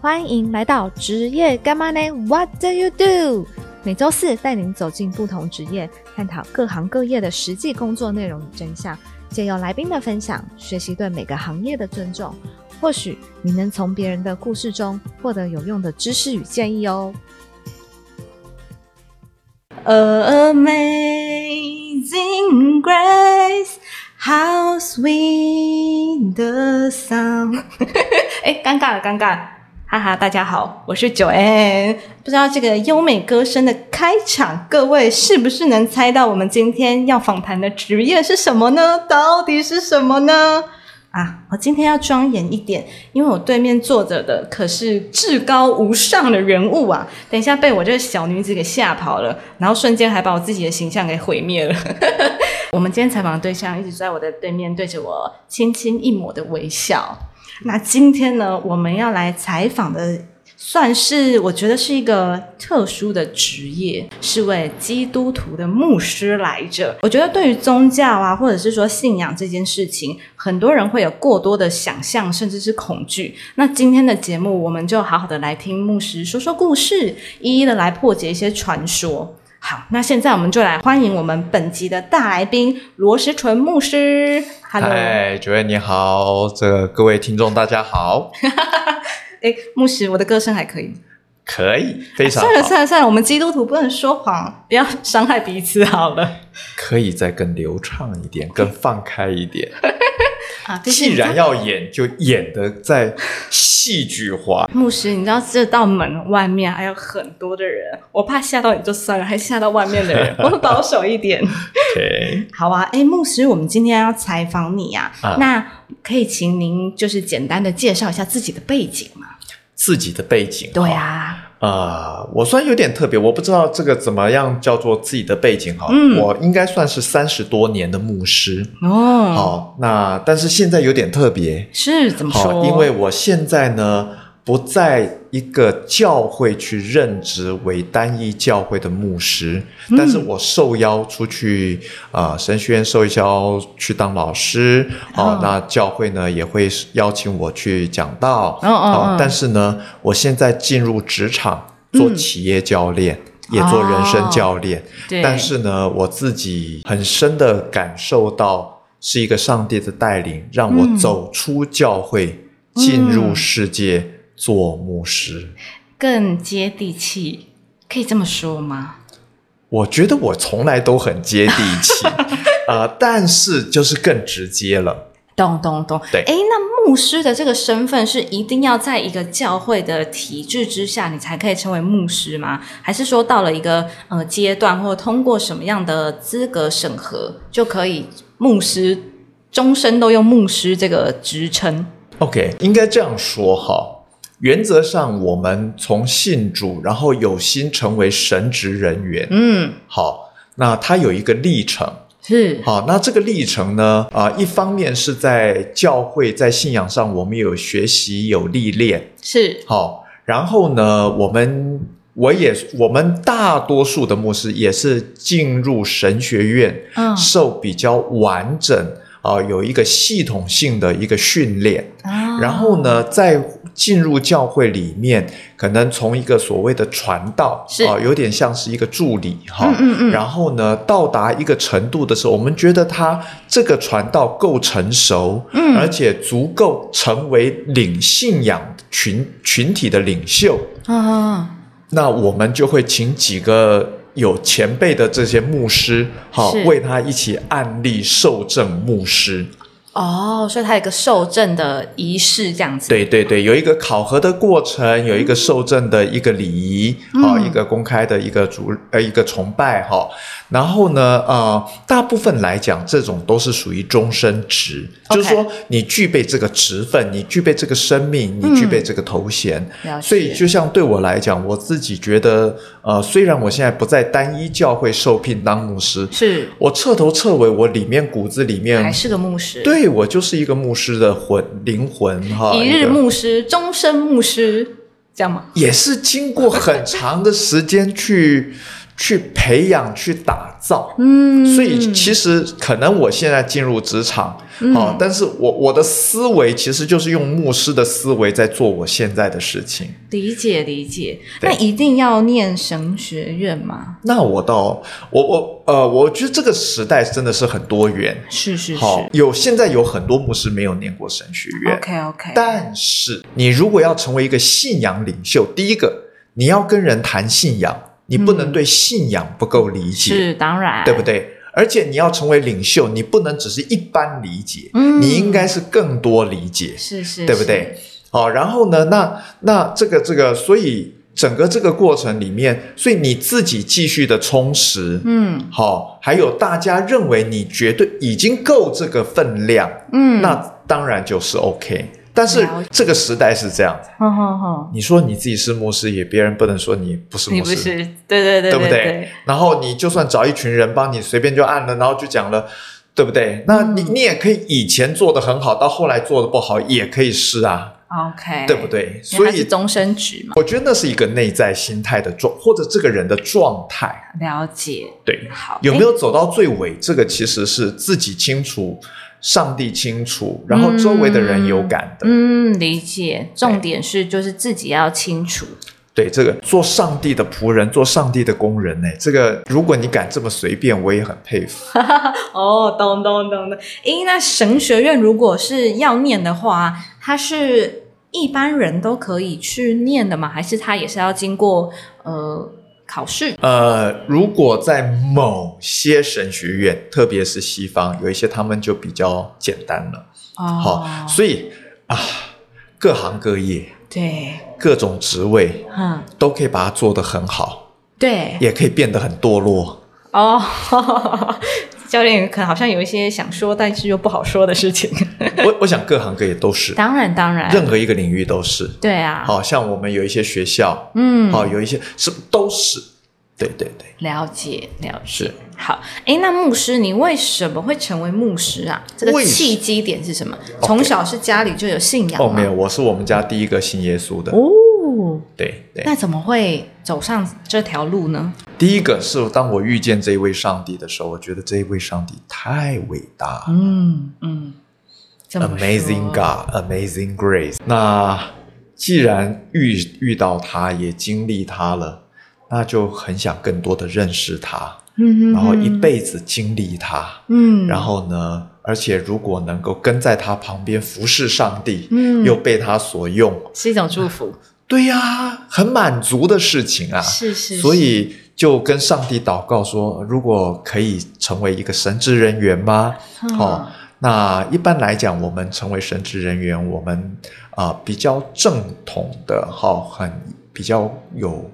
欢迎来到职业干嘛呢？What do you do？每周四带您走进不同职业，探讨各行各业的实际工作内容与真相，借由来宾的分享，学习对每个行业的尊重。或许你能从别人的故事中获得有用的知识与建议哦。 Amazing Grace, how sweet the sound 哎，尴尬了，尴尬了，哈哈，大家好，我是九 N。不知道这个优美歌声的开场，各位是不是能猜到我们今天要访谈的职业是什么呢？到底是什么呢？啊，我今天要庄严一点，因为我对面坐着的可是至高无上的人物啊！等一下被我这个小女子给吓跑了，然后瞬间还把我自己的形象给毁灭了。 我们今天采访的对象一直在我的对面，对着我轻轻一抹的微笑。那今天呢，我们要来采访的，算是我觉得是一个特殊的职业，是位基督徒的牧师来着。我觉得对于宗教啊，或者是说信仰这件事情，很多人会有过多的想象，甚至是恐惧。那今天的节目，我们就好好的来听牧师说说故事，一一的来破解一些传说。好，那现在我们就来欢迎我们本集的大来宾罗时纯牧师。Hello，嗨，九月你好，这个各位听众大 家好，哎，牧师，我的歌声还可以。可以，非啊常算了好，算了算了，我们基督徒不能说谎，不要伤害彼此好 了可以再更流畅 一点，更放开一点。啊！ 就是既然要演，就演的 再戏剧化。牧师，你知道这道门外面还有很多的人，我怕吓到你就算了，还吓到外面的人，我保守一 点。 OK，好啊，哎，牧师，我们今天要采访你呀、啊那可以请您就是简单的介绍一下自己的背景吗？自己的背景，对啊，啊、我算有点特别，我不知道这个怎么样叫做自己的背景好，嗯我应该算是三十多年的牧师。哦，好，那但是现在有点特别，是怎么好，说？因为我现在呢不在一个教会去任职为单一教会的牧师，嗯但是我受邀出去啊、呃神学院受邀去当老师哦哦，那教会呢也会邀请我去讲道哦哦哦但是呢，我现在进入职场做嗯哦企业教练。也做人生教练，对，但是呢，我自己很深的感受到是一个上帝的带领，让我走出教会，嗯进入世界做牧师。更接地气，可以这么说吗？我觉得我从来都很接地气，呃，但是就是更直接了。懂懂懂，对哎，那牧师的这个身份是一定要在一个教会的体制之下，你才可以成为牧师吗？还是说到了一个呃阶段，或通过什么样的资格审核就可以牧师终身都用牧师这个职称？ OK，应该这样说哈。原则上，我们从信主，然后有心成为神职人员，嗯，好，那它有一个历程。是，好，那这个历程呢？啊、一方面是在教会在信仰上，我们有学习有历练。是，好，然后呢，我们我也我们大多数的牧师也是进入神学院，嗯受比较完整啊、有一个系统性的一个训练。啊然后？呢，再进入教会里面，可能从一个所谓的传道是啊、有点像是一个助理哈。嗯嗯嗯，然后呢，到达一个程度的时候，我们觉得他这个传道够成熟，嗯而且足够成为领信仰群群体的领袖，啊，那我们就会请几个有前辈的这些牧师，好是为他一起案例受证牧师。哦，所以他有一个受证的仪式这样子，，对对对，有一个考核的过程，有一个受证的一个礼仪，啊、嗯一个公开的一个主呃一个崇拜哈、然后呢，呃，大部分来讲，这种都是属于终身职 OK 就是说你具备这个职分，你具备这个生命，嗯你具备这个头衔。了解，所以，就像对我来讲，我自己觉得，呃，虽然我现在不在单一教会受聘当牧师，是我彻头彻尾，我里面骨子里面还是个牧师，。嗯对我就是一个牧师的魂灵魂哈，一啊一日个牧师，终身牧师，这样吗？ 也是经过很长的时间去去培养、去打造。嗯，所以其实可能我现在进入职场，嗯哦，但是我我的思维其实就是用牧师的思维在做我现在的事情。理解理解。对那一定要念神学院吗？那我到我我呃，我觉得这个时代真的是很多元。是是是。好，有现在有很多牧师没有念过神学院 OK OK。但是你如果要成为一个信仰领袖，第一个你要跟人谈信仰，你不能对信仰不够理解，是当然，对不？对？而且你要成为领袖，你不能只是一般理解，嗯你应该是更多理解，是是，对不对？好，然后呢，那那这个这个，所以整个这个过程里面，所以你自己继续的充实，是？嗯好，还有大家认为你绝对已经够这个分量，嗯，那当然就是 OK。但是了解这个时代是这样，哼哼哼，你说你自己是牧师，也别人不能说你不是你牧不师，是，对对对对不对对？然后你就算找一群人帮你随便就按了，然后就讲了。对不对？那你嗯你也可以以前做的很好，到后来做的不好也可以是啊， ，OK，对不？对？因为所它是以终身职嘛，我觉得那是一个内在心态的状，或者这个人的状态。了解。对，好，有没诶？有走到最尾？这个其实是自己清楚，上帝清楚，然后周围的人有感的。嗯，理解。重点是就是自己要清楚，对，这个做上帝的仆人，做上帝的工人呢、这个如果你敢这么随便，我也很佩服。哦，懂懂懂懂。诶，那神学院如果是要念的话，它是一般人都可以去念的吗？还是它也是要经过呃考试？呃，如果在某些神学院，特别是西方，有一些他们就比较简单了。好、哦，所以啊，各行各业、对，各种职位嗯，都可以把它做得很好，对，也可以变得很堕落。哦，教练可能好像有一些想说，但是又不好说的事情。我我想各行各业都是，当然，当然，任何一个领域都是。对啊，好、像我们有一些学校，嗯，好、有一些是都是，对对对。了解，了解是。好，哎，那牧师，你为什么会成为牧师啊？这个为什契机点是什么？从小是家里就有信仰哦，吗没有，我是我们家第一个信耶稣的。啊哦，对对，那怎么会走上这条路呢？第一个是当我遇见这一位上帝的时候，我觉得这一位上帝太伟大、嗯嗯，怎么 a m a z i n g God，Amazing Grace。那既然遇遇到他，也经历他了，那就很想更多的认识他，嗯，然后一，辈子经历他。嗯，然，后呢，而且如果能够跟在他旁边服侍上帝，嗯，又被他所用，是一种祝福，对呀、很满足的事情啊。是是，所以就跟上帝祷告说，如果可以成为一个神职人员吗？是哦，那一般来讲，我们成为神职人员，我们啊、比较正统的哈、很比较有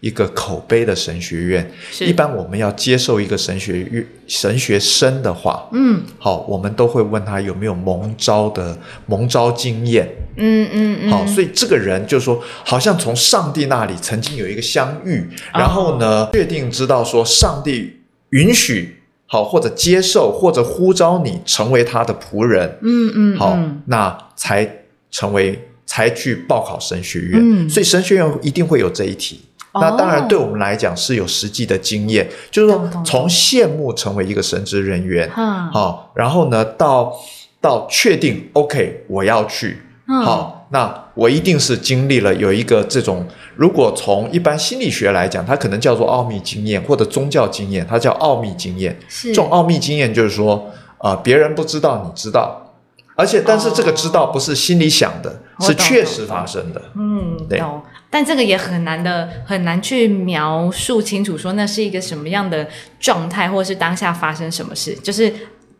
一个口碑的神学院。嗯是一，般我们要接受一个神学院神学生的话，嗯好，我们都会问他有没有蒙招的蒙招经验。嗯嗯嗯，好，所以这个人就说，好像从上帝那里曾经有一个相遇，哦然后呢，确定知道说上帝允许，好或者接受或者呼召你成为他的仆人，嗯嗯，好嗯，那才成为才去报考神学院。嗯所以神学院一定会有这一题。哦那当然，对我们来讲是有实际的经验，就是懂懂嗯说从羡慕成为一个神职人员，哈，好，然后呢，到到确定 OK，我要去，嗯好，那我一定是经历了有一个这种，如果从一般心理学来讲，它可能叫做奥秘经验或者宗教经验，它叫奥秘经验。是这种奥秘经验就是说，啊、别人不知道，你知道，而且但是这个知道不是心里想的，哦我是懂确懂实发生的。嗯，对懂。但这个也很难的，很难去描述清楚，说那是一个什么样的状态，或是当下发生什么事，就是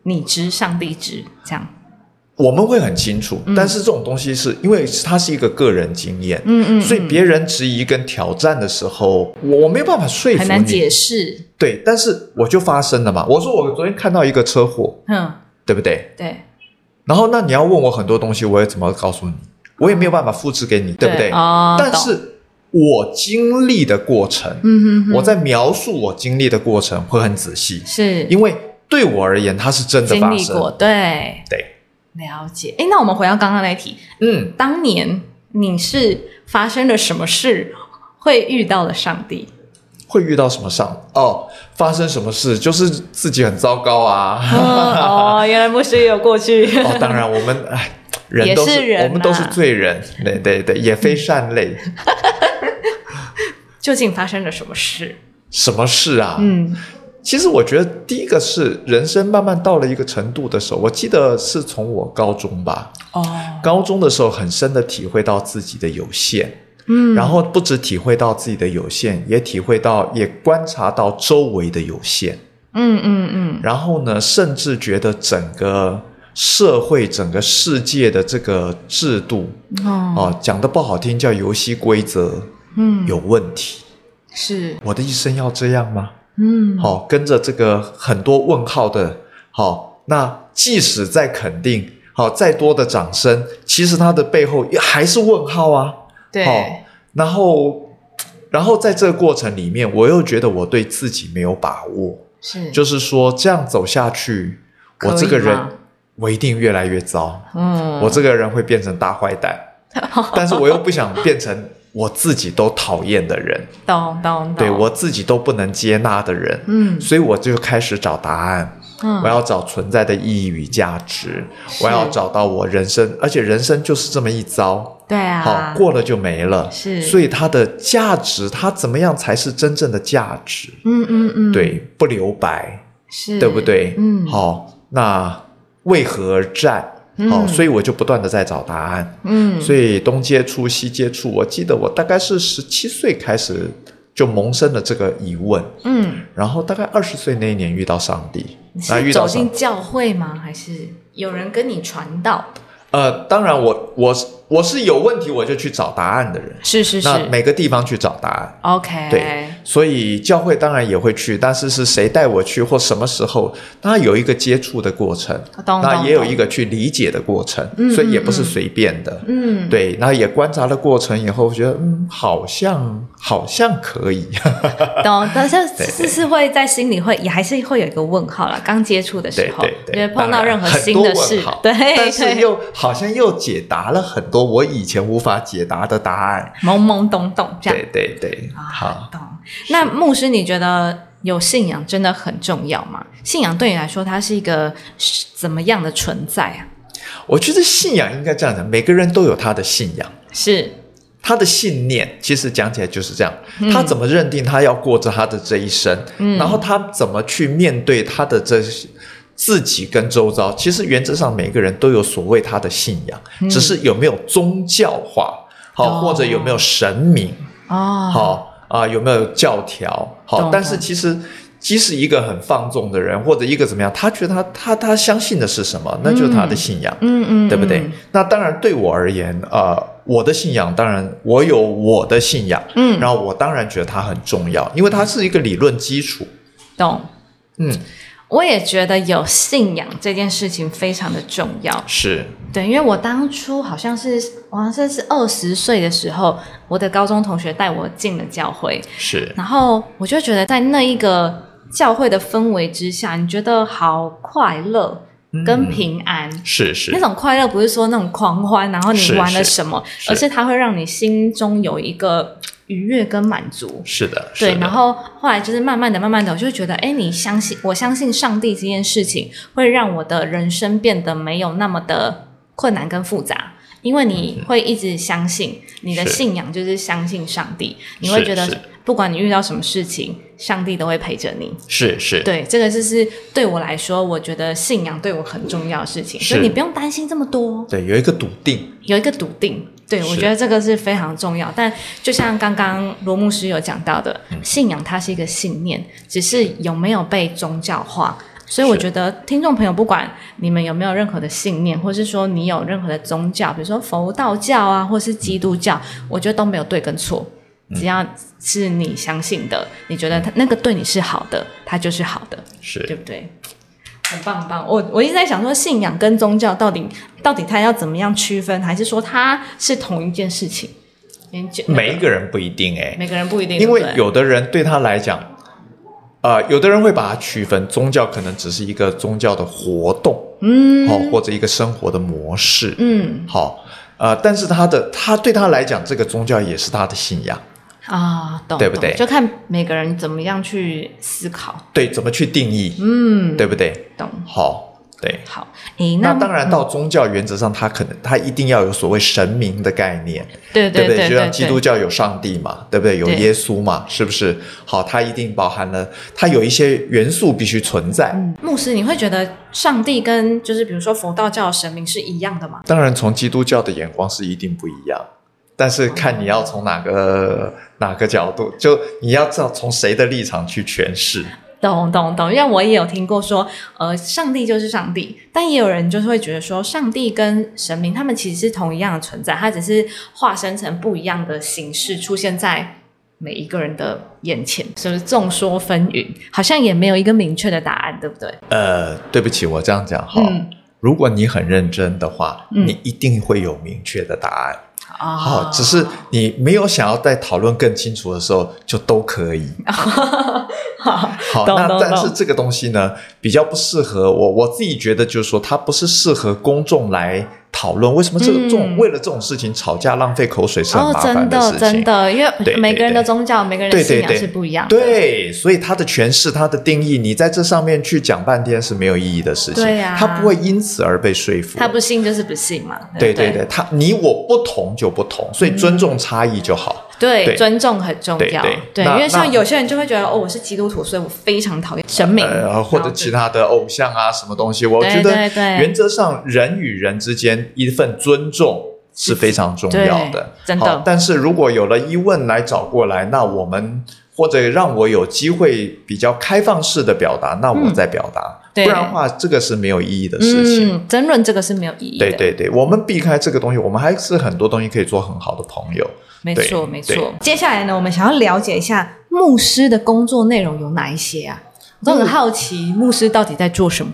你知，上帝知，这样。我们会很清楚，但是这种东西是因为它是一个个人经验，嗯嗯，所以别人质疑跟挑战的时候，我我没有办法说服你，很难解释。对，但是我就发生了嘛。我说我昨天看到一个车祸，嗯，对不对？对，然后那你要问我很多东西，我也怎么告诉你？我也没有办法复制给你，对不对？哦，但懂，是我经历的过程，嗯哼哼，我在描述我经历的过程会很仔细，是因为对我而言，它是真的经发历过，生。对对，了解。哎，那我们回到刚刚那一题，嗯，当 年你是发生了什么事，会遇到了上帝？会遇到什么上哦，发生什么事，就是自己很糟糕啊。 哦，原来牧师也有过去。 哦，当然我们哎，人都也是人啊我们都是罪人，对对对，也非善类。 究竟发生了什么事？什么事啊？嗯，其实我觉得第一个是人生慢慢到了一个程度的时候，我记得是从我高中吧，哦，高中的时候很深的体会到自己的有限，嗯，然后不只体会到自己的有限，也体会到也观察到周围的有限，嗯嗯嗯，然后呢，甚至觉得整个社会、整个世界的这个制度哦，啊、讲的不好听叫游戏规则嗯，有问题。是，我的一生要这样吗？嗯，好、跟着这个很多问号的，好、那即使在肯定，好、再多的掌声，其实它的背后也还是问号啊。对好，然后，然后在这个过程里面，我又觉得我对自己没有把握，是，就是说这样走下去，我可以这个人吗我一定越来越糟，嗯，我这个人会变成大坏蛋， 但是我又不想变成我自己都讨厌的人，懂懂懂，对我自己都不能接纳的人。嗯，所以我就开始找答案，嗯我要找存在的意义与价值，我要找到我人生，而且人生就是这么一遭，对啊，好过了就没了。是所以它的价值，它怎么样才是真正的价值？嗯嗯嗯，，对，不留白，是，对不对？嗯，，好，那为何而战？嗯好，所以我就不断的在找答案，嗯，所以东接触西接触。我记得我大概是十七岁开始就萌生了这个疑问，嗯，然后大概二十岁那一年遇到上帝，那是遇走到上进教会吗？还是有人跟你传道？呃，当然我我是我是有问题我就去找答案的人，是是那是每个地方去找答案， ，OK，对，所以教会当然也会去，但是是谁带我去或什么时候，那有一个接触的过程，懂，那懂也有一，懂个去理解的过程，嗯所以也嗯不是嗯随便的。嗯，对，那也观察了过程以后，觉得嗯，好像好像 可以， 懂，但是是是会在心里会也还是会有一个问号啦。刚接触的时对候，对因为对，碰当到然任何很新多的问事 号，对，但是对又好像又解答了很多我以前无法解答的答案。懵懵懂懂这样对。对对，啊好，懂。那牧师，你觉得有信仰真的很重要吗？信仰对你来说，它是一个是怎么样的存在啊？我觉得信仰应该这样讲，每个人都有他的信仰。是，他的信念其实讲起来就是这样，嗯他怎么认定他要过着他的这一生，然后他怎么去面对他的这些自己跟周遭。其实原则上每个人都有所谓他的信仰，只是有没有宗教化，好、嗯哦或者有没有神明，哦，，好啊、有没有教条？好懂，但是懂其实即使一个很放纵的人，或者一个怎么样，他觉得他他他相信的是什么，那就是他的信仰，嗯嗯，对不对？嗯？那当然对我而言，呃，我的信仰当然我有我的信仰，嗯然后我当然觉得它很重要，因为它是一个理论基础。懂。嗯，我也觉得有信仰这件事情非常的重要，是对，因为我当初好像是，我好像是二十岁的时候，我的高中同学带我进了教会，是，然后我就觉得在那一个教会的氛围之下，你觉得好快乐跟嗯平安，是是那种快乐不是说那种狂欢，然后你是玩了是什么，是而是它会让你心中有一个愉悦跟满足。是的，是对，的然后后来就是慢慢的、慢慢的，我就觉得，哎，你相信，我相信上帝这件事情会让我的人生变得没有那么的困难跟复杂，因为你会一直相信你的嗯是信仰就是相信上帝，你是会觉得是不管你遇到什么事情，上帝都会陪着你。是是，对，这个就是对我来说，我觉得信仰对我很重要的事情，是所以你不用担心这么多，对，有一个笃定，有一个笃定。对，我是觉得这个是非常重要。但就像刚刚罗牧师有讲到的，嗯信仰它是一个信念，只是有没有被宗教化。所以我是觉得听众朋友，不管你们有没有任何的信念，或是说你有任何的宗教，比如说佛道教啊，或是基督教，我觉得都没有对跟错。嗯只要是你相信的，你觉得它那个对你是好的，它就是好的。对是不对？很棒很棒，我我一直在想说，信仰跟宗教到底到底它要怎么样区分，还是说它是同一件事情？研究每一个人不一定哎、每个人不一定，因为对不对有的人对他来讲，呃，有的人会把它区分，宗教可能只是一个宗教的活动，嗯，好、或者一个生活的模式，嗯好、呃，但是他的他对他来讲，这个宗教也是他的信仰，啊，懂，对不对懂就看每个人怎么样去思考。对，怎么去定义，嗯，对不对？懂。好，对。好，诶，那那当然，到宗教原则上，它可能它一定要有所谓神明的概念，对对对不对，就像对基督教有上帝嘛，对不对？有对耶稣嘛，是不是？好，它一定包含了，它有一些元素必须存在。牧师，你会觉得上帝跟就是比如说佛道教的神明是一样的吗？当然，从基督教的眼光是一定不一样，但是看你要从哪个哪个角度，就你要知道从谁的立场去诠释。懂懂懂，因为我也有听过说，呃，上帝就是上帝，但也有人就是会觉得说，上帝跟神明他们其实是同一样的存在，它只是化身成不一样的形式出现在每一个人的眼前，是不是众说纷纭？好像也没有一个明确的答案，对不对？呃，对不起，我这样讲哈。嗯如果你很认真的话，嗯你一定会有明确的答案。啊、好，只是你没有想要再讨论更清楚的时候，就都可以。 好好，懂那懂但是懂这个东西呢，比较不适合我我自己觉得，就是说它不是适合公众来讨论。为什么这个嗯这种、为了这种事情吵架浪费口水是很哦麻，烦真事的情？真的，因对为对每个人的对宗教、每个人的对信对仰对，是不一样的，对，所以它的诠释、它的定义，你在这上面去讲半天是没有意义的事情。对啊它不会因此而被说服。他不信就是不信嘛，对对不对对嗯对，他你我不同就不同，所以尊重差异就好。对，对尊重很重对要。对那因为像那有些人就会觉得，哦，我是基督徒，所以我非常讨厌神明，呃，或者其他他的偶像啊，什么东西，我对觉对得对原则上人与人之间一份尊重是非常重要的，对真的好但是如果有了疑问来找过来，那我们或者让我有机会比较开放式的表达，那我再表达，嗯对不然的话，这个是没有意义的事情。嗯，争论这个是没有意义的。对，对对，我们避开这个东西，我们还是很多东西可以做很好的朋友。没对错没错对。接下来呢，我们想要了解一下牧师的工作内容有哪一些啊？我都很嗯好奇，牧师到底在做什么？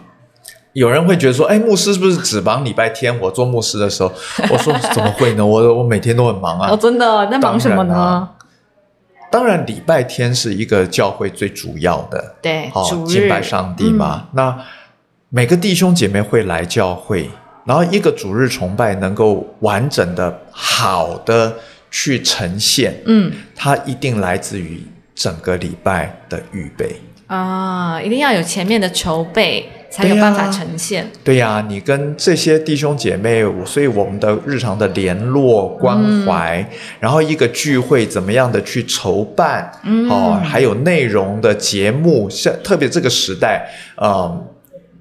有人会觉得说，哎，牧师是不是只忙礼拜天？我做牧师的时候，我说怎么会呢？我我每天都很忙啊哦，。真的在忙什么当然呢啊？当然，礼拜天是一个教会最主要的，对，哦主，敬日嗯拜上帝嘛。那每个弟兄姐妹会来教会，然后一个主日崇拜能够完整的、好的去呈现，嗯它一定来自于整个礼拜的预备。啊，一定要有前面的筹备，才有对啊办法呈现。对呀、你跟这些弟兄姐妹，我所以我们的日常的联络关怀，然后一个聚会怎么样的去筹办，嗯哦，还有内容的节目，像特别这个时代，嗯。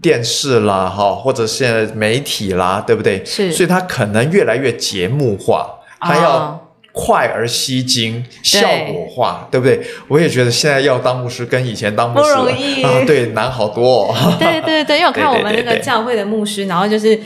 电视啦，哈，或者是媒体啦，对不对？是所以它可能越来越节目化，它哦要快而吸睛，对效果化，对不对？我也觉得现在要当牧师跟以前当牧师不容易啊，对，难好多、哦。 对对对，因为我看我们那对对个对对教会的牧师，然后就是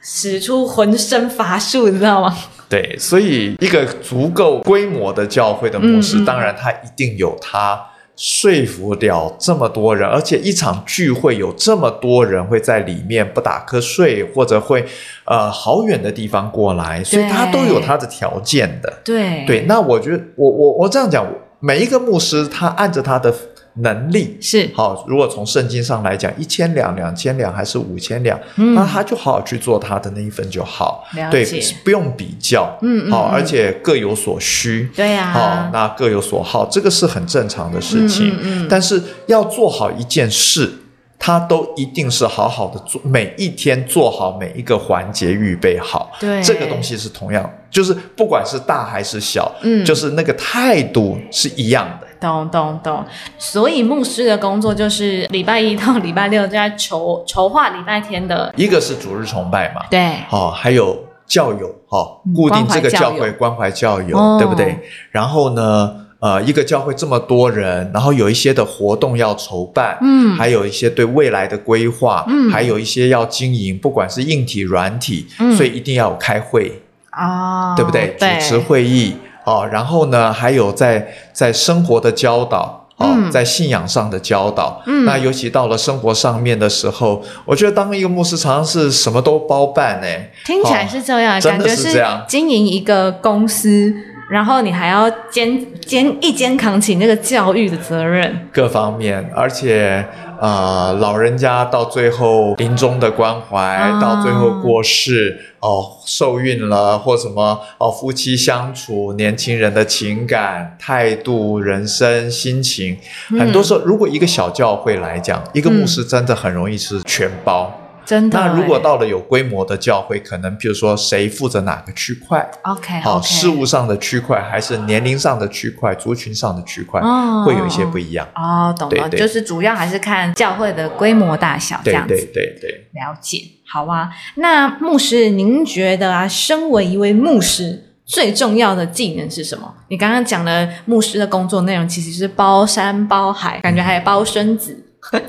使出浑身乏术，你知道吗？对，所以一个足够规模的教会的牧师，嗯嗯当然他一定有他说服了这么多人，而且一场聚会有这么多人会在里面不打瞌睡，或者会呃好远的地方过来，所以他都有他的条件的。对对，那我觉得我我我这样讲，每一个牧师他按着他的能力。是好，如果从圣经上来讲，一千两、两千两还是五千两，嗯那他就好好去做他的那一份就好。了对解，，不用比较，嗯嗯好、嗯啊而且各有所需，对呀、好、那各有所好，这个是很正常的事情。嗯嗯嗯但是要做好一件事，它都一定是好好的做，每一天做好每一个环节，预备好。对这个东西是同样，就是不管是大还是小，嗯就是那个态度是一样的。懂懂懂，所以牧师的工作就是礼拜一到礼拜六就在筹筹划礼拜天的，一个是主日崇拜嘛，对，哦，还有教友，哦嗯，固定这关怀个教教友会关怀教友，哦对不对？然后呢，呃，一个教会这么多人，然后有一些的活动要筹办，嗯还有一些对未来的规划，嗯还有一些要经营，不管是硬体、软体，嗯所以一定要有开会，啊、对不对？主持会议哦，然后呢，还有在在生活的教导。哦嗯，在信仰上的教导，嗯那尤其到了生活上面的时候，我觉得当一个牧师常常是什么都包办哎、听起来是这样，哦感真的觉是这样经营一个公司，然后你还要肩肩一肩扛起那个教育的责任，各方面，而且呃老人家到最后临终的关怀，啊到最后过世哦，受孕了或什么哦，夫妻相处，年轻人的情感态度、人生心情，嗯很多时候如果一个小教会来讲，一个牧师真的很容易是全包。真的欸。那如果到了有规模的教会，可能譬如说谁负责哪个区块， OK 好、哎 OK 事务上的区块，还是年龄上的区块、族群上的区块，哦会有一些不一样。哦，懂了，对对就是主要还是看教会的规模大小这对样子。对对对，了解，好啊。那牧师，您觉得啊，身为一位牧师，最重要的技能是什么？你刚刚讲的牧师的工作内容其实是包山包海，感觉还包生子。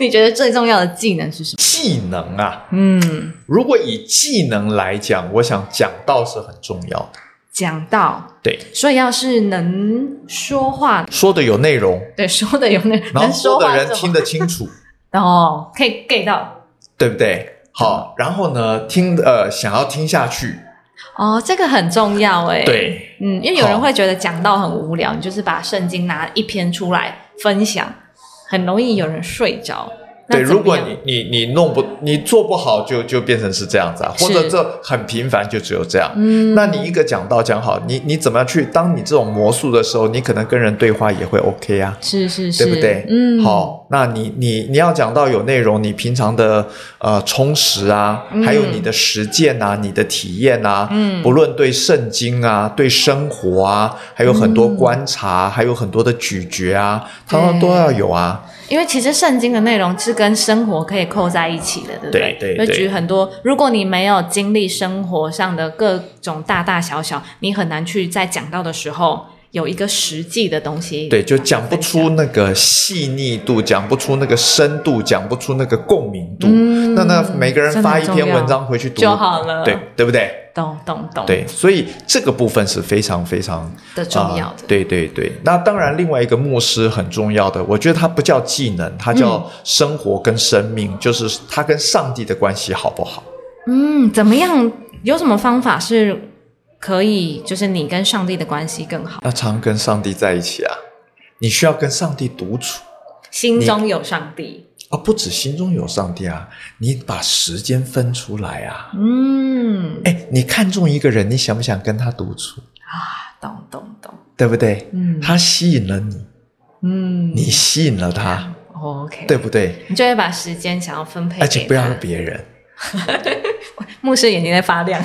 你觉得最重要的技能是什么？技能啊，嗯，如果以技能来讲，我想讲道是很重要的。讲到，对，所以要是能说话，说的有内容，对，说的有那然能后说话的人是听吗得清楚，哦，可以 get 到 对不对？好，然后呢，听呃想要听下去，哦，这个很重要哎。。对嗯，因为有人好会觉得讲到很无聊，你就是把圣经拿一篇出来分享，很容易有人睡着。那对，怎么如果样你你你弄不你做不好就，就变成是这样子啊，是或者这很频繁，就只有这样。嗯，那你一个讲道讲好，你你怎么样去？当你这种魔术的时候，你可能跟人对话也会 OK 啊，是是是，对不对？嗯，，好，那你你你要讲到有内容，你平常的呃充实啊，嗯还有你的实践啊，你的体验啊，嗯不论对圣经啊，对生活啊，还有很多嗯观察，还有很多的咀嚼啊，通通对都要有啊。因为其实圣经的内容是跟生活可以扣在一起的，对不对对就对举很多，如果你没有经历生活上的各种大大小小，你很难去在讲到的时候有一个实际的东西。对，就讲不出那个细腻度，讲不出那个深度，讲不出那个共鸣度。嗯那那每个人真的发一很篇重要文章回去读就好了对对不对？懂懂懂，对，所以这个部分是非常非常的重要呃的。对对对，那当然，另外一个牧师很重要的，我觉得它不叫技能，它叫嗯生活跟生命，就是他跟上帝的关系好不好？嗯，怎么样？有什么方法是可以，就是你跟上帝的关系更好，那常跟上帝在一起啊，你需要跟上帝独处。心中有上帝？啊，不止心中有上帝啊，你把时间分出来啊。嗯，哎，你看中一个人，你想不想跟他独处？懂懂懂，对不对？嗯他吸引了你，嗯，你吸引了他，哦 OK，对，不对？你就会把时间想要分配而给且不要他让别人，牧师眼睛在发亮，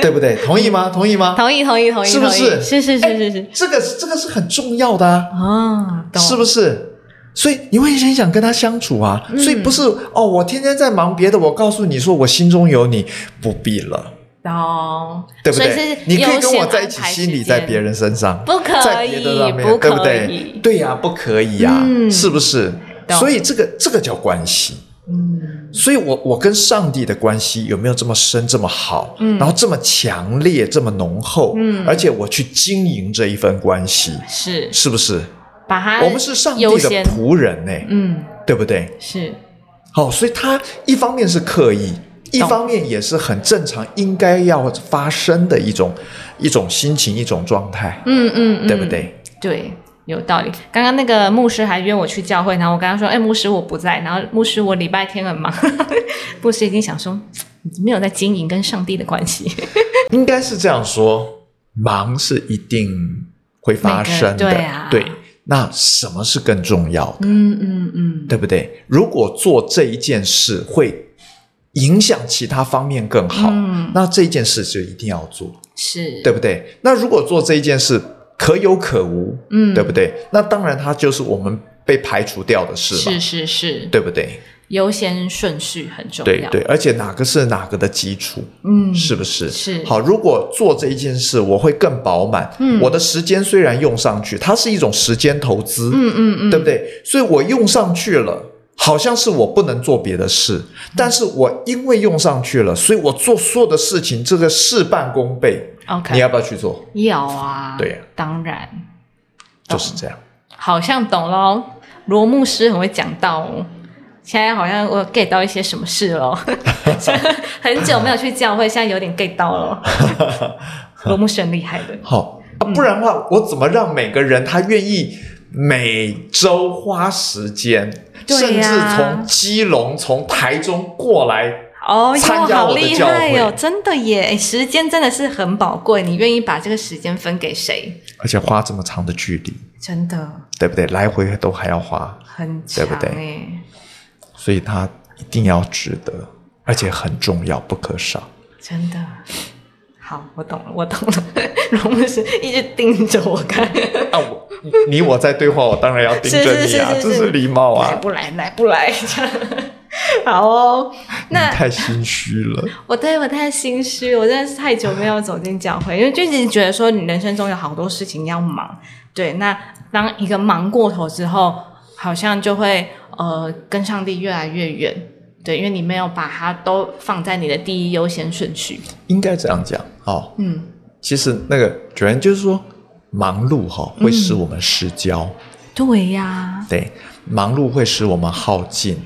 对不对？同意吗？同意吗？同意同意同意，是不是同意是是是是是，这个这个是很重要的啊，哦，懂，是不是？是？所以你会很想跟他相处啊，嗯所以不是哦，我天天在忙别的，我告诉你说我心中有你，不必了，懂，对不所以对是？你可以优跟先我在一安起，排心里时在间别人身上，不可在别以的上，面，不对不可对以？对呀、不可以呀、嗯是不是？懂所以这个这个叫关系。嗯，所以我我跟上帝的关系有没有这么深、这么好，嗯然后这么强烈、这么浓厚？嗯而且我去经营这一份关系，是是不是？把它，我们是上帝哎优的先，仆人呢、嗯，对不对？是好、所以他一方面是刻意，一懂方面也是很正常、应该要发生的一种一种心情、一种状态，嗯嗯，嗯对不？对？对，有道理。刚刚那个牧师还约我去教会，然后我跟他说：“哎，牧师我不在。”然后牧师我礼拜天很忙。 牧师已经想说，嗯你没有在经营跟上帝的关系，应该是这样说，忙是一定会发生每个的，对啊那什么是更重要的？嗯嗯嗯，对不对？如果做这一件事会影响其他方面更好，嗯那这一件事就一定要做，是，对不对？那如果做这一件事可有可无，嗯对不？对？那当然，它就是我们被排除掉的事嘛，是是是，对不对？优先顺序很重对要，对，，而且哪个是哪个的基础，嗯，是不是？是好，如果做这一件事，我会更饱满。嗯我的时间虽然用上去，它是一种时间投资，嗯嗯嗯，对不对？所以我用上去了，好像是我不能做别的事，嗯但是我因为用上去了，所以我做所有的事情，这个事半功倍。 ？OK，你要不要去做？要啊，对啊当然，就是这样。好像懂喽。罗牧师很会讲道哦，现在好像我 get 到一些什么事 喽，很久没有去教会，现在有点 get 到 了。罗牧师很厉害的，好、啊嗯不然的话，我怎么让每个人他愿意每周花时间？对甚至呀从基隆、从台中过来。哦哟，参加好我的厉教害哦！会真的耶，诶时间真的是很宝贵，你愿意把这个时间分给谁？而且花这么长的距离，真的对不对？来回都还要花，很长对不对诶所以它一定要值得，而且很重要，不可少。真的。好，我懂了，我懂了。 荣牧师一直盯着我看，啊，我你我在对话，我当然要盯着你是是啊，是是这是礼貌来啊。不来，来不来？ 这样好哦，那你太心虚了，我对我太心虚，我真的是太久没有走进教会，因为就一直觉得说你人生中有好多事情要忙。对，那当一个忙过头之后，好像就会呃跟上帝越来越远。对，因为你没有把它都放在你的第一优先顺序。应该这样讲哦。嗯，其实那个主人就是说，忙碌哈、会嗯使我们失焦，对呀，对，忙碌会使我们耗尽，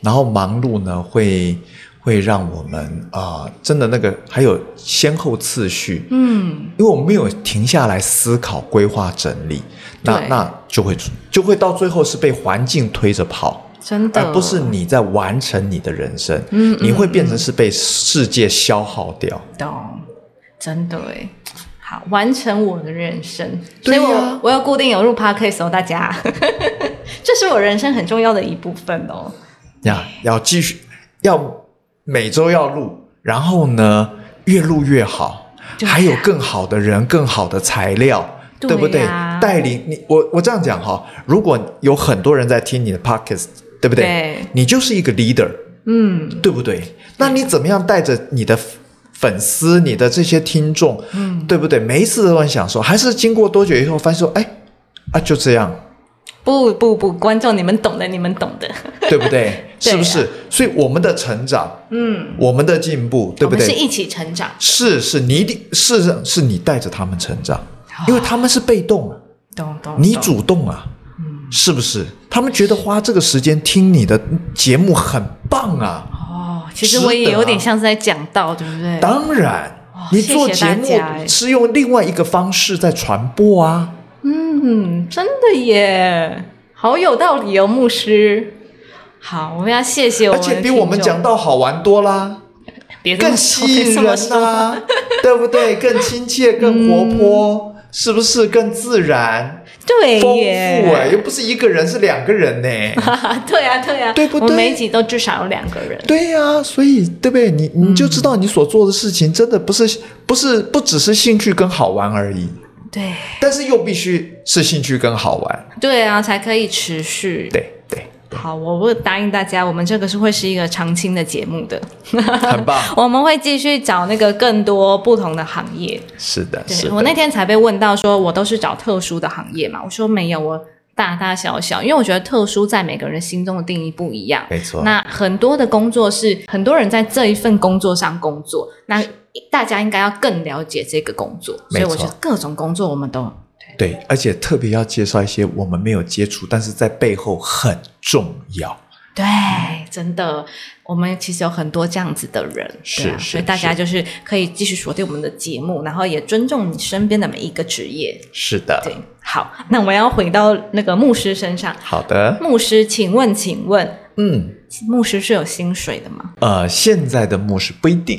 然后忙碌呢会会让我们啊、真的那个还有先后次序，嗯，因为我们没有停下来思考、规划、整理，那对那就会就会到最后是被环境推着跑。真的，而哎不是你在完成你的人生，嗯嗯你会变成是被世界消耗掉。懂，真的哎。好，完成我的人生，所对以呀我我要固定有入 podcast 哦，大家， 这是我人生很重要的一部分哦。呀，要继续，要每周要录，然后呢，越录越好，对还有更好的人、更好的材料，对不对呀？带领你，我我这样讲哈，如果有很多人在听你的 podcast，对不对？对你就是一个 leader，嗯，对不对？那你怎么样带着你的粉丝、你的这些听众，嗯，对不对？每一次都很享受，还是经过多久以后发现说，哎，啊，就这样，不不不，观众你们懂的，你们懂的。对不 对？对啊是不是？所以我们的成长，嗯，我们的进步，对不我们是对？一起成长，是是，你一定是是你带着他们成长，哦因为他们是被动啊，懂懂你主动啊，嗯是不是？他们觉得花这个时间听你的节目很棒啊，哦，其实我也有点像是在讲道，对不对？当然，你做节目哦谢谢大家哎是用另外一个方式在传播啊。嗯，真的耶，好有道理哦，牧师。好，我们要谢谢我而们的且听众，比我们讲到好玩多啦，别这么更说吸引别这人哎啊么说啦、对不对？更亲切，更活泼，是不是更自然、对丰富、耶，哎，又不是一个人，是两个人呢、对啊，对啊，对不对我们每一集都至少有两个人， 对呀、所以对不对？你你就知道你所做的事情真的不是不是不只是兴趣跟好玩而已，对但是又必须是兴趣跟好玩。对啊，才可以持续。对 对，好，我会答应大家，我们这个是会是一个长青的节目的， 很棒我们会继续找那个更多不同的行业。是的，是对的。我那天才被问到说，我都是找特殊的行业嘛？我说没有，我大大小小，因为我觉得特殊在每个人心中的定义不一样。没错那很多的工作是很多人在这一份工作上工作，那大家应该要更了解这个工作，所以没错我觉得各种工作我们都对，而且特别要介绍一些我们没有接触，但是在背后很重要。对，真的，我们其实有很多这样子的人，是对啊是所以大家是就是可以继续锁定我们的节目，然后也尊重你身边的每一个职业。是的，对，好，那我们要回到那个牧师身上。好的，牧师，请问，请问，嗯，牧师是有薪水的吗？呃，现在的牧师不一定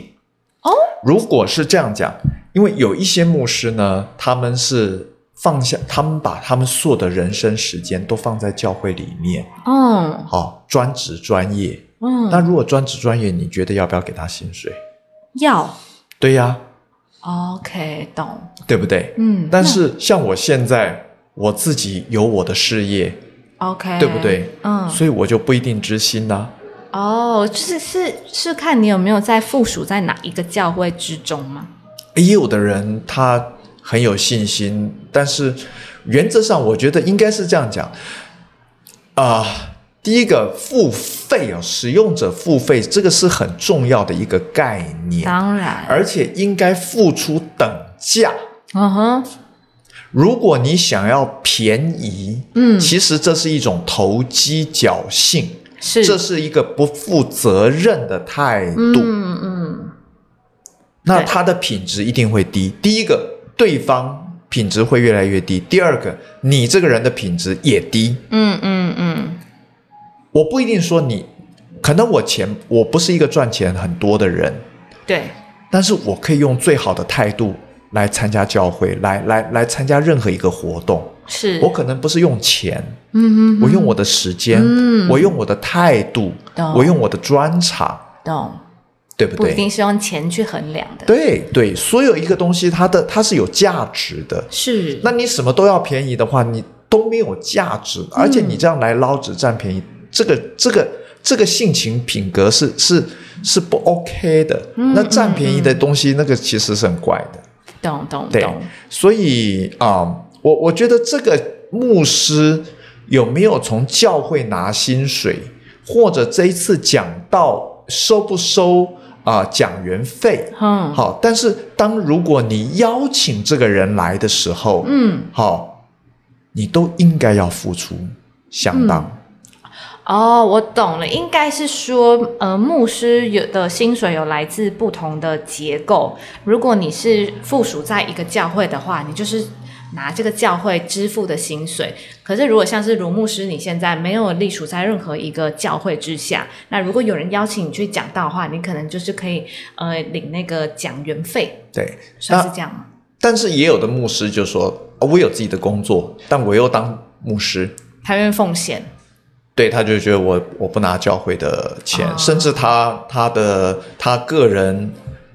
哦。如果是这样讲，因为有一些牧师呢，他们是放下，他们把他们所有的人生时间都放在教会里面，哦，哦，专职专业。嗯，那如果专职专业，你觉得要不要给他薪水？要对呀， ，OK，懂，对不对？嗯，但是像我现在，我自己有我的事业，那 OK，对不对？嗯，所以我就不一定知心啦、哦，就是是是看你有没有在附属在哪一个教会之中吗？也哎有的人他很有信心，但是原则上我觉得应该是这样讲啊、第一个付费啊、哦，使用者付费这个是很重要的一个概念，当然，而且应该付出等价。嗯哼，如果你想要便宜，嗯其实这是一种投机侥幸，是，这是一个不负责任的态度。嗯嗯，那对它的品质一定会低。第一个，对方品质会越来越低；第二个，你这个人的品质也低。嗯嗯嗯，我不一定说你，可能我钱我不是一个赚钱很多的人，对，但是我可以用最好的态度来参加教会，来来来参加任何一个活动。是，我可能不是用钱，嗯嗯嗯，我用我的时间，嗯我用我的态度，懂我用我的专长，懂，对不不一对？定是用钱去衡量的，，对对，所有一个东西，它的它是有价值的。是，那你什么都要便宜的话，你都没有价值，而且你这样来捞只占便宜，这个这个这个性情品格是是是不 OK 的。那占便宜的东西，那个其实是很怪的。懂懂对懂，所以啊、我我觉得这个牧师有没有从教会拿薪水，或者这一次讲到收不收啊、讲员费？嗯，，好，但是当如果你邀请这个人来的时候，嗯，好，你都应该要付出相当。嗯哦，我懂了，应该是说，呃，牧师有的薪水有来自不同的结构。如果你是附属在一个教会的话，你就是拿这个教会支付的薪水。可是如果像是卢牧师，你现在没有隶属在任何一个教会之下，那如果有人邀请你去讲道的话，你可能就是可以呃领那个讲员费，对，算是那这样吗？但是也有的牧师就说、啊我有自己的工作，但我又当牧师。他愿意奉献，对，他就觉得我我不拿教会的钱，哦甚至他他的他个人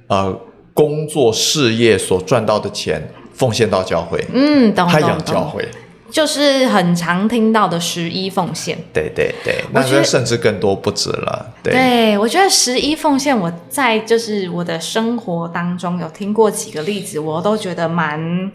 呃工作事业所赚到的钱奉献到教会，嗯，懂他懂养教懂，会，就是很常听到的十一奉献。对对对，我那觉得个甚至更多不止了，对对，我觉得十一奉献，我在就是我的生活当中有听过几个例子，我都觉得蛮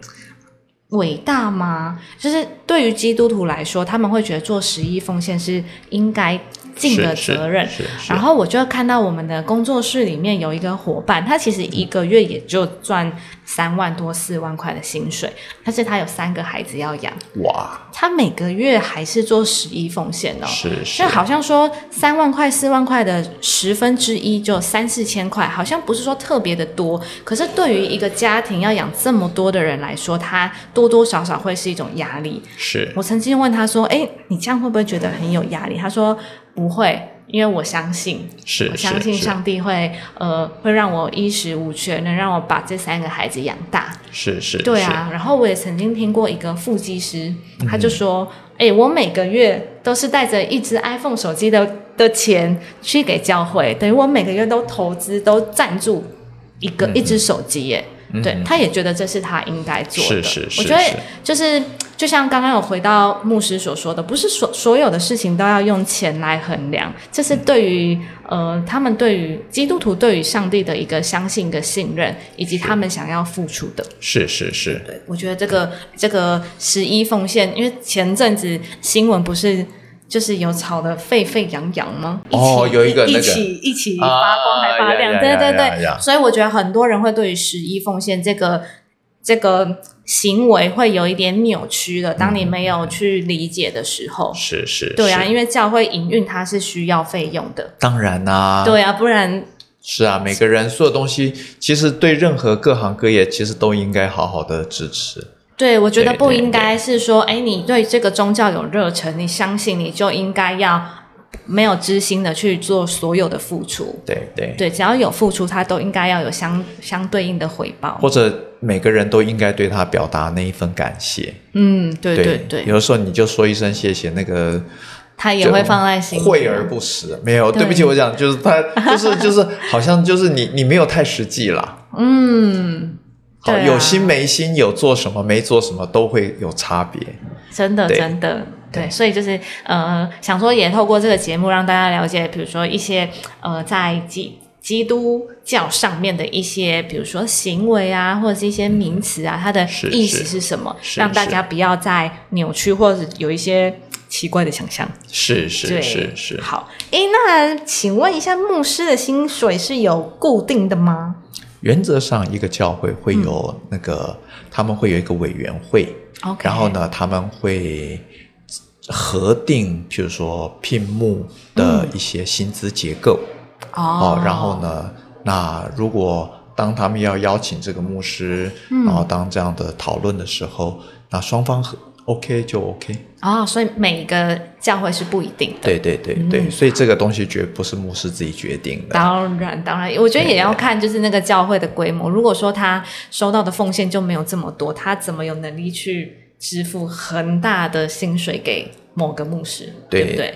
伟大嘛。就是对于基督徒来说，他们会觉得做十一奉献是应该尽的是责任。是是是然后我就看到我们的工作室里面有一个伙伴，他其实一个月也就赚三万多四万块的薪水，但是他有三个孩子要养，哇，他每个月还是做十一奉献哦。是是那好像说三万块、四万块的十分之一就三四千块，好像不是说特别的多。可是对于一个家庭要养这么多的人来说，他多多少少会是一种压力。是我曾经问他说：“哎，你这样会不会觉得很有压力？”他说：“不会，因为我相信，是我是相信是上帝会呃会让我衣食无缺，能让我把这三个孩子养大。”是是，嗯对啊，然后我也曾经听过一个腹肌师，他就说：“哎、我每个月都是带着一只 iPhone 手机的的钱去给教会，等于我每个月都投资都赞助一嗯个、一只手机耶。”对，他也觉得这是他应该做的。是是是我觉得是就是就像刚刚有回到牧师所说的，不是所所有的事情都要用钱来衡量，这是对于呃他们对于基督徒对于上帝的一个相信跟信任，以及他们想要付出的。是是是，对，我觉得这个这个十一奉献，因为前阵子新闻不是就是有吵得沸沸扬扬吗？一起哦有一个那个一起一起发光还发亮，啊啊呀对呀对呀呀对，所以我觉得很多人会对于十一奉献这个这个行为会有一点扭曲的，当你没有去理解的时候，嗯是是，对啊，是因为教会营运它是需要费用的，当然啦、对啊，不然是啊，每个人所有东西，其实对任何各行各业，其实都应该好好的支持。对，我觉得对不对应该是说，哎，你对这个宗教有热忱，你相信，你就应该要没有知心的去做所有的付出。对对，对，只要有付出，他都应该要有相相对应的回报。或者每个人都应该对他表达那一份感谢。嗯，对对有对，的时候你就说一声谢谢，那个他也就会放在心里。惠而不实。没有，对对不起，我讲就是 他，就是就是，好像就是你你没有太实际啦。嗯，好，对啊有心没心，有做什么没做什么，都会有差别。真的对真的。对，对所以就是呃，想说也透过这个节目让大家了解，比如说一些呃，在基基督教上面的一些，比如说行为啊，或者是一些名词啊，它的嗯是意思是是什么，是让大是家不要再扭曲或者有一些奇怪的想象。是对是是是，好，诶，那请问一下，牧师的薪水是有固定的吗？原则上一个教会会有那个，他们会有一个委员会。 OK，然后？呢，他们会核定，譬如说聘牧嗯的一些薪资结构、哦，啊然后？呢，那如果当他们要邀请这个牧师，嗯然后当这样的讨论的时候，那双方和 OK 就 OK。哦，所以每一个教会是不一定的。对对对对，所以这个东西绝不是牧师自己决定的。嗯当然，当然，我觉得也要看就是那个教会的规模。如果说他收到的奉献就没有这么多，他怎么有能力去支付很大的薪水给某个牧师？对不对？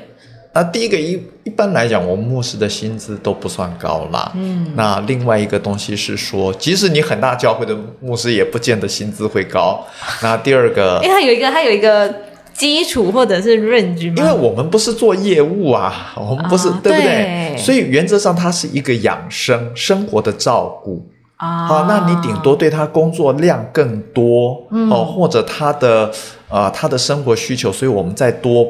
那第一个一一般来讲，我们牧师的薪资都不算高啦。嗯，那另外一个东西是说，即使你很大教会的牧师，也不见得薪资会高。那第二个 因为，他有一个，他有一个基础或者是 range 因为嘛。我们不是做业务啊，我们不是、啊对不对所以原则上它是一个养生生活的照顾。啊啊，那你顶多对他工作量更多、啊哦，或者他的呃他的生活需求，所以我们再多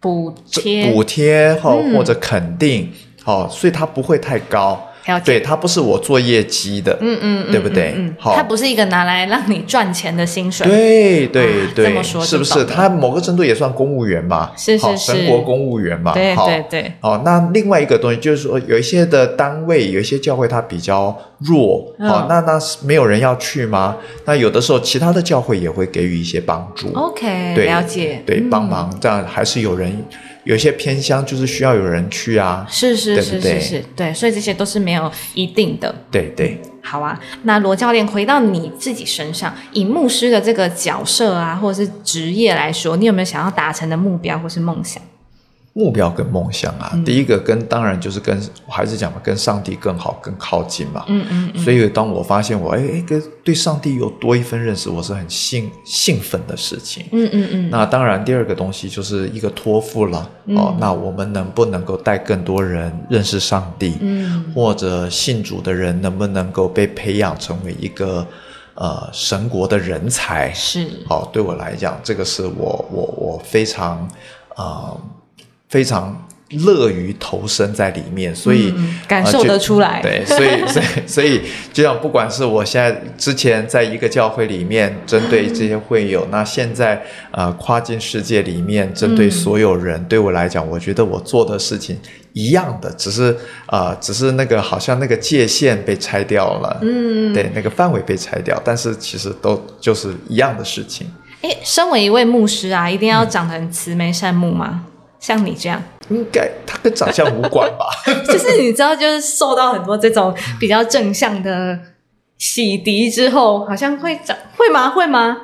补这贴补贴哈、哦嗯或者肯定哦，所以它不会太高。了解对，它不是我做业绩的，嗯嗯嗯，对不对嗯，嗯好它不是一个拿来让你赚钱的薪水。对对啊这对，么说就是不懂是？了他某个程度也算公务员嘛，是是好是全国公务员嘛，对好对对哦，那另外一个东西就是说，有一些的单位，有一些教会它比较弱，嗯哦，那那是没有人要去吗？那有的时候其他的教会也会给予一些帮助， ，OK，对哦了解，对，嗯帮忙，这样还是有人，有一些偏乡就是需要有人去啊，嗯是是对是不对是是，对，所以这些都是没有一定的。对对，好啊，那罗教练回到你自己身上，以牧师的这个角色啊，或者是职业来说，你有没有想要达成的目标或是梦想？目标跟梦想啊，嗯第一个跟当然就是跟我还是讲嘛，跟上帝更好、更靠近嘛。嗯嗯嗯，所以当我发现我哎哎跟对上帝有多一份认识，我是很兴兴奋的事情。嗯嗯嗯，那当然，第二个东西就是一个托付了、哦。那我们能不能够带更多人认识上帝？嗯，或者信主的人能不能够被培养成为一个呃神国的人才？是好、对我来讲，这个是我我我非常呃非常乐于投身在里面，所以、嗯感呃受就得出来对，所以所以所以，就像不管是我现在之前在一个教会里面针对这些会友，那现在呃跨境世界里面针对所有人，对我来讲，我觉得我做的事情一样的，只是呃只是那个好像那个界限被拆掉了，嗯，对，那个范围被拆掉，但是其实都就是一样的事情。哎，身为一位牧师啊，一定要长得很慈眉善目吗？像你这样， 应该它跟长相无关吧？就是你知道，就是受到很多这种比较正向的洗涤之后，好像会长会吗？会吗？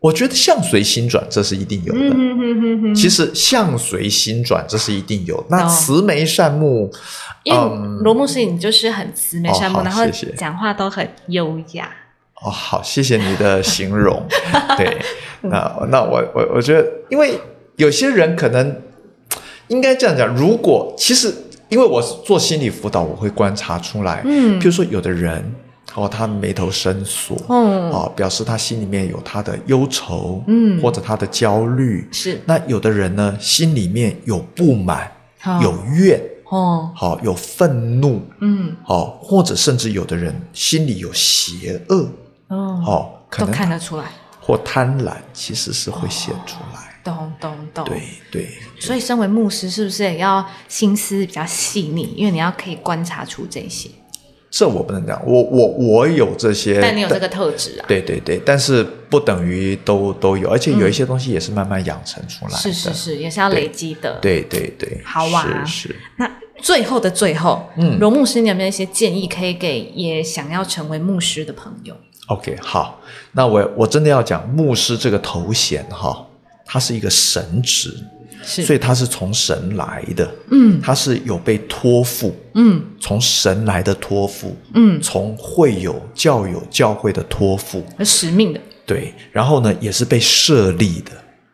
我觉得相随心转，这是一定有的。嗯哼哼哼哼，其实相随心转，这是一定有。那哦慈眉善目，因为嗯罗牧师你就是很慈眉善目，哦好然后谢谢讲话都很优雅。哦，好，谢谢你的 形容。对，嗯那那我我我觉得，因为有些人可能应该这样讲，如果其实因为我是做心理辅导，我会观察出来，嗯譬如说有的人哦，他眉头深锁，嗯，哦，表示他心里面有他的忧愁，嗯或者他的焦虑。是那有的人呢，心里面有不满，哦有怨，哦，好、有愤怒，嗯哦，或者甚至有的人心里有邪恶，哦，哦，可都能看得出来，或贪婪，其实是会显出来。懂懂懂。对，对，所以身为牧师是不是也要心思比较细腻？因为你要可以观察出这些，这我不能讲，我我我有这些，但你有这个特质啊。对对对，但是不等于都都有，而且有一些东西也是慢慢养成出来的。嗯是是是，也是要累积的。对对对，好啊是是。那最后的最后，嗯罗牧师，你有没有一些建议可以给也想要成为牧师的朋友？ OK，好，那我我真的要讲牧师这个头衔哈，它是一个神职，是所以它是从神来的，嗯它是有被托付，嗯从神来的托付，嗯，从会友、教友、教会的托付，有使命的，对，然后呢，也是被设立的，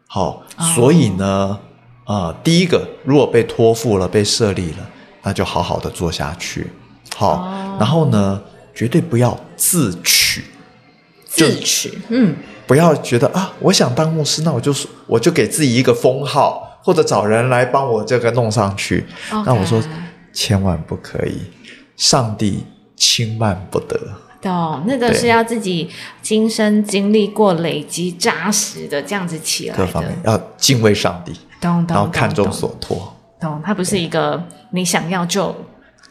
好、哦所以呢，呃，第一个，如果被托付了、被设立了，那就好好的做下去，好、哦然后呢，绝对不要自取。就自取。嗯，不要觉得啊，我想当牧师，那我就说我就给自己一个封号，或者找人来帮我这个弄上去。那我说 OK 千万不可以，上帝轻慢不得。懂，那个对是要自己亲身经历过、累积扎实的，这样子起来各的。方面要敬畏上帝，哎懂懂，然后看懂重所托。懂，懂它不是一个你想要就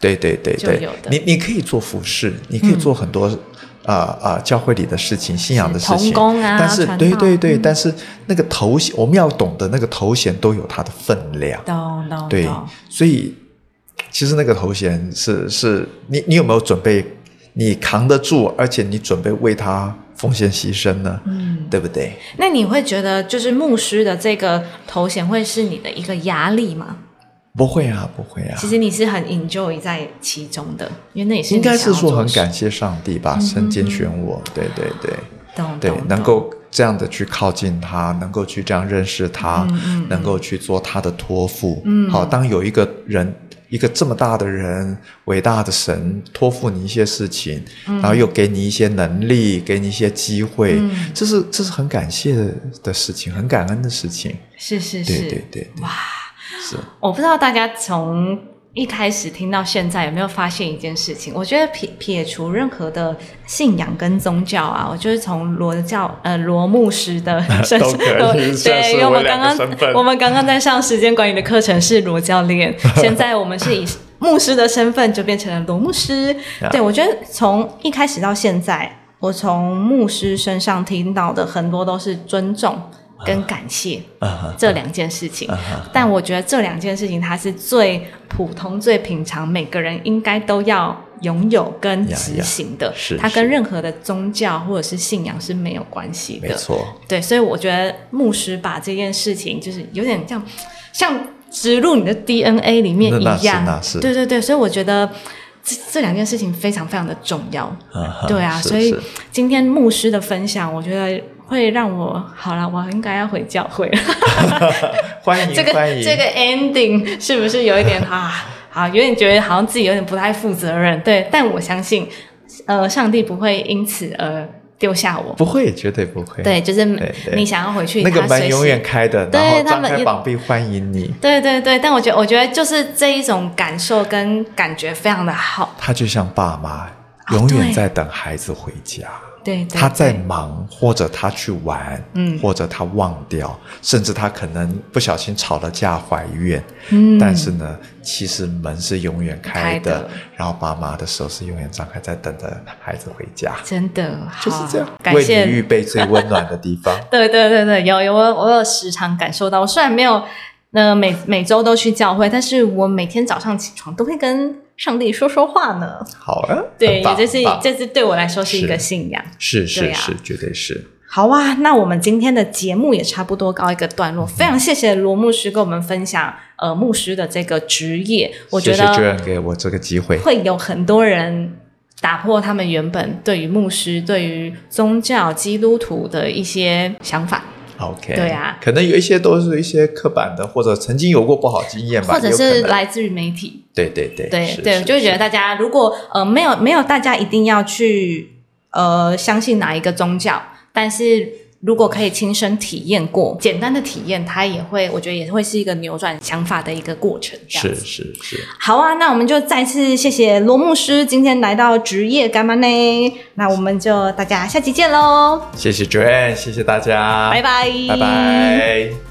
对对对就对有的，你你可以做服饰，你可以做很多、呃呃教会里的事情、信仰的事童情。工啊，但是传，道对对对，但是那个头衔，我们要懂得那个头衔都有它的分量。懂懂对哦懂，所以其实那个头衔是是你你有没有准备？你扛得住，而且你准备为他奉献牺牲呢？嗯，对不对？那你会觉得就是牧师的这个头衔会是你的一个压力吗？不会啊，不会啊其。实你是很 enjoy 在其中的，因为那也是你应该是想要说做的很事嗯感谢上帝吧，神拣选我，对对对动对，动动能够这样的去靠近他，能够去这样认识他，嗯嗯能够去做他的托付。嗯好，当有一个人，一个这么大的人，伟大的神托付你一些事情，然后又给你一些能力，给你一些机会，嗯这是这是很感谢的事情，很感恩的事情。是是对是，对对对，哇，是我不知道大家从一开始听到现在有没有发现一件事情？我觉得撇撇除任何的信仰跟宗教啊，我就是从罗教呃罗牧师的身都可以算 对，是因为我我们刚两个身刚份我们刚刚在上时间管理的课程是罗教 练，现在我们是以牧师的身份就变成了罗牧师。 Yeah. 对我觉得从一开始到现在，我从牧师身上听到的很多都是尊重跟感谢。啊哈，这两件事情啊。哈，但我觉得这两件事情，它是最普通、最平常，每个人应该都要拥有跟呀执行的。是它跟是任何的宗教或者是信仰是没有关系没的。错，对，所以我觉得牧师把这件事情，就是有点像像植入你的 DNA 里面那一那样。是那是对对对，所以我觉得这这两件事情非常非常的重要。啊 哈对啊，是所以是今天牧师的分享，我觉得会让我好了，我应该要回教会了。欢迎这个欢迎这个 ending 是不是有一点啊？好，有点觉得好像自己有点不太负责任。对，但我相信，呃，上帝不会因此而丢下我。不会，绝对不会。对，就是对对你想要回去，那个他随门时永远开的，对然后他张们开也膀臂欢迎你。对对对，但我觉得，我觉得就是这一种感受跟感觉非常的好。他就像爸妈，哦永远对在等孩子回家。对对他在对忙，或者他去玩，嗯或者他忘掉，甚至他可能不小心吵了架怀孕，嗯但是呢，其实门是永远开开的，的然后爸妈的手是永远张开，在等着孩子回家，嗯真的好就是这样，感为你预谢。备最温暖的地方。对对对对，有有我我有时常感受到，我虽然没有呃每每周都去教会，但是我每天早上起床都会跟上帝说说话呢。好啊， 对，很也棒就是很棒这是对我来说是一个是信仰。是对是啊是，绝对是。好啊，那我们今天的节目也差不多告一个段落，非常谢谢罗牧师跟我们分享呃牧师的这个职业，我觉谢谢 j 得 n 给我这个机会。会有很多人打破他们原本对于牧师、对于宗教基督徒的一些想法， OK，对啊可能有一些都是一些刻板的，或者曾经有过不好经验吧，或者也是有可能来自于媒体。对对对对是对，是就会觉得是大家如果呃没有没有，大家一定要去呃相信哪一个宗教，但是。如果可以亲身体验过，简单的体验，它也会，我觉得也会是一个扭转想法的一个过程。这样子是是是，好啊，那我们就再次谢谢罗牧师今天来到职业干妈呢，那我们就大家下期见喽，谢谢 Joanne，谢谢大家，拜拜，拜拜